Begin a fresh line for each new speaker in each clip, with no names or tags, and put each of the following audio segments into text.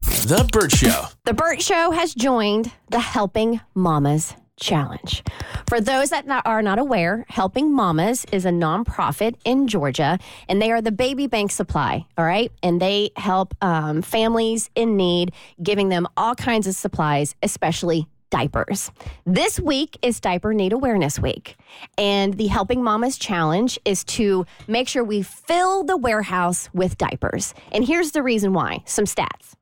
The Burt Show.
The Burt Show has joined the Helping Mamas Challenge. For those that not- are not aware, Helping Mamas is a nonprofit in Georgia, and they are the baby bank supply, all right? And they help um, families in need, giving them all kinds of supplies, especially diapers. This week is Diaper Need Awareness Week, and the Helping Mamas Challenge is to make sure we fill the warehouse with diapers. And here's the reason why some stats.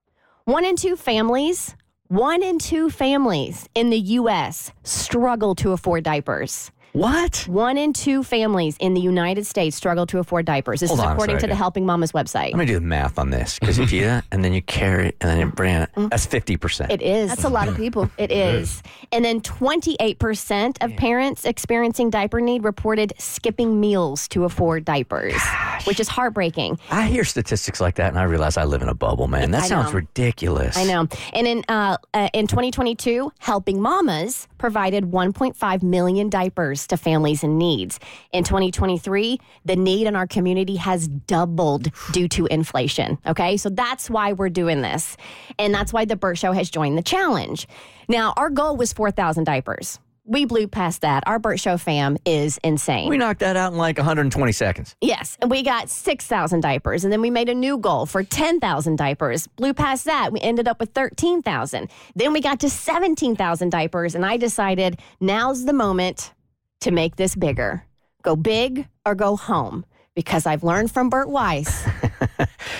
One in two families, one in two families in the U.S. struggle to afford diapers.
What?
One in two families in the United States struggle to afford diapers. This
Hold
is
on a
according to
second.
the Helping Mamas website.
Let me do the math on this because if you do that and then you carry it and then you bring it, that's 50%.
Mm. It is. That's a lot of people. It is. And then 28% of parents experiencing diaper need reported skipping meals to afford diapers, which is heartbreaking.
I hear statistics like that and I realize I live in a bubble, man. That
I
sounds
know.
ridiculous.
I know. And in uh, uh, in 2022, Helping Mamas provided 1.5 million diapers to families in needs. In 2023, the need in our community has doubled due to inflation. Okay, so that's why we're doing this, and that's why the Burt Show has joined the challenge. Now, our goal was 4,000 diapers. We blew past that. Our Burt Show fam is insane.
We knocked that out in like 120 seconds.
Yes, and we got 6,000 diapers, and then we made a new goal for 10,000 diapers. Blew past that. We ended up with 13,000. Then we got to 17,000 diapers, and I decided now's the moment to make this bigger. Go big or go home, because I've learned from Bert Weiss.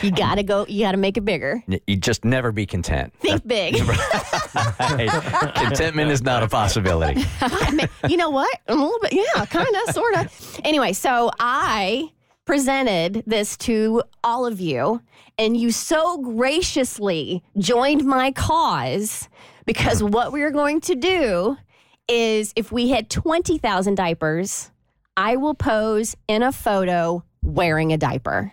you gotta go, you gotta make it bigger.
N- You just never be content.
Think big.
Hey, contentment is not a possibility.
I mean, you know what? A little bit, yeah, kind of, sort of. Anyway, so I presented this to all of you, and you so graciously joined my cause because what we're going to do is if we hit 20,000 diapers, I will pose in a photo wearing a diaper.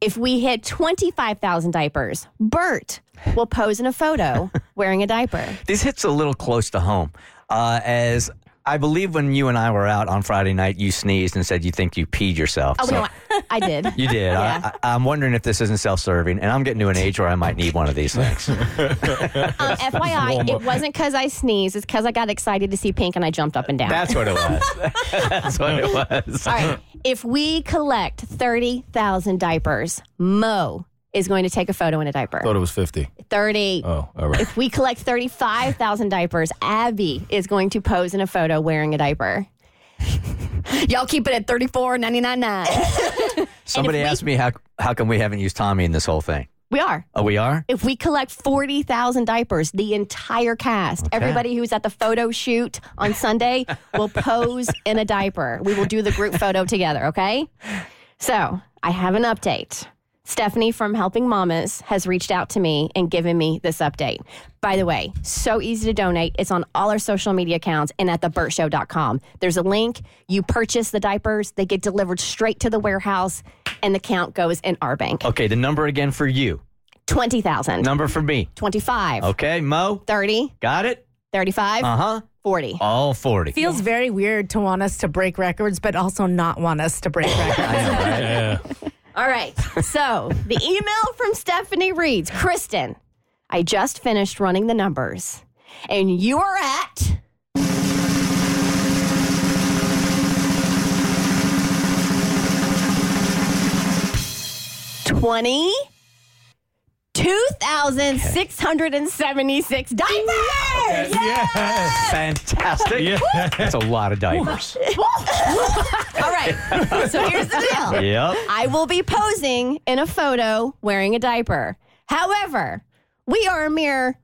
If we hit 25,000 diapers, Bert will pose in a photo wearing a diaper.
This hits a little close to home. Uh, as I believe when you and I were out on Friday night, you sneezed and said you think you peed yourself.
Oh,
So-
no, I, I did.
You did.
Yeah.
I, I, I'm wondering if this isn't self serving, and I'm getting to an age where I might need one of these things.
Um, FYI, it wasn't because I sneezed. It's because I got excited to see pink and I jumped up and down.
That's what it was. That's what it was.
All right. If we collect 30,000 diapers, Mo is going to take a photo Uh. in a diaper.
Thought it was 50.
30.
Oh, all right.
If we collect 35,000 diapers, Abby is going to pose in a photo wearing a diaper. Y'all keep it at 34.99.
Somebody
if we-
asked me how how come we haven't used Tommy in this whole thing.
we are.
Oh, we are.
If we collect 40,000 diapers, the entire cast, everybody who's at the photo shoot on Sunday will pose in a diaper. We will do the group photo together, okay? So I have an update. Stephanie from Helping Mamas has reached out to me and given me this update. By the way, so easy to donate. It's on all our social media accounts and at theburtshow.com. There's a link. You purchase the diapers, they get delivered straight to the warehouse, and the count goes in our bank.
Okay, the number again for you.
20,000.
Number for me.
25,
Okay, Mo.
30,
Got it.
35,
Uh huh.
40.
All forty.
Feels very weird to want us to break records, but also not want us to break records.
Yeah.
All right. So the email from Stephanie reads Kristen, I just finished running the numbers, and you are at. Twenty two thousand six hundred and seventy six diapers.
Yes.
Fantastic.
Yeah.
That's a lot of diapers.
All right. So here's the deal.
yep.
I will be posing in a photo wearing a diaper. However, we are a mere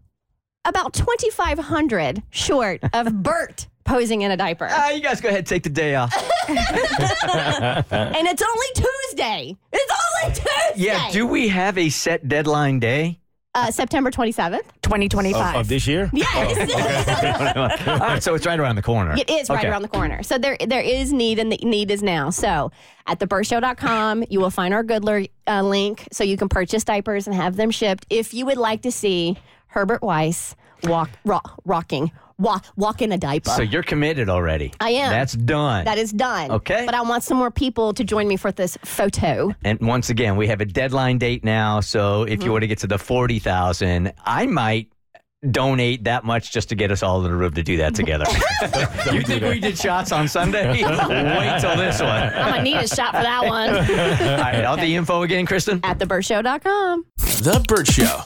about 2,500 short of Bert posing in a diaper.
Ah, you guys go ahead and take the day off.
Uh, and it's only Tuesday. It's only Tuesday.
Yeah. Do we have a set deadline day?
uh, September 27th.
2025.
Of, of this year?
Yes.
All right, so it's right around the corner.
It is right
Okay.
around the corner. So there there is need and the need is now. So at theburstshow.com, you will find our Goodler uh, link so you can purchase diapers and have them shipped. If you would like to see Herbert Weiss walk, ro- rocking, walk, walk in a diaper.
So you're committed already.
I am.
That's done.
that is done.
Okay.
But I want some more people to join me for this photo.
And once again, we have a deadline date now. So if you want to get to the 40,000, I might donate that much just to get us all to the room to do that together. you think we did shots on Sunday? Wait till this one.
I'm going to need a shot for that one.
All right, all the info again, Kristen?
At thebirdshow.com.
The Burt Show.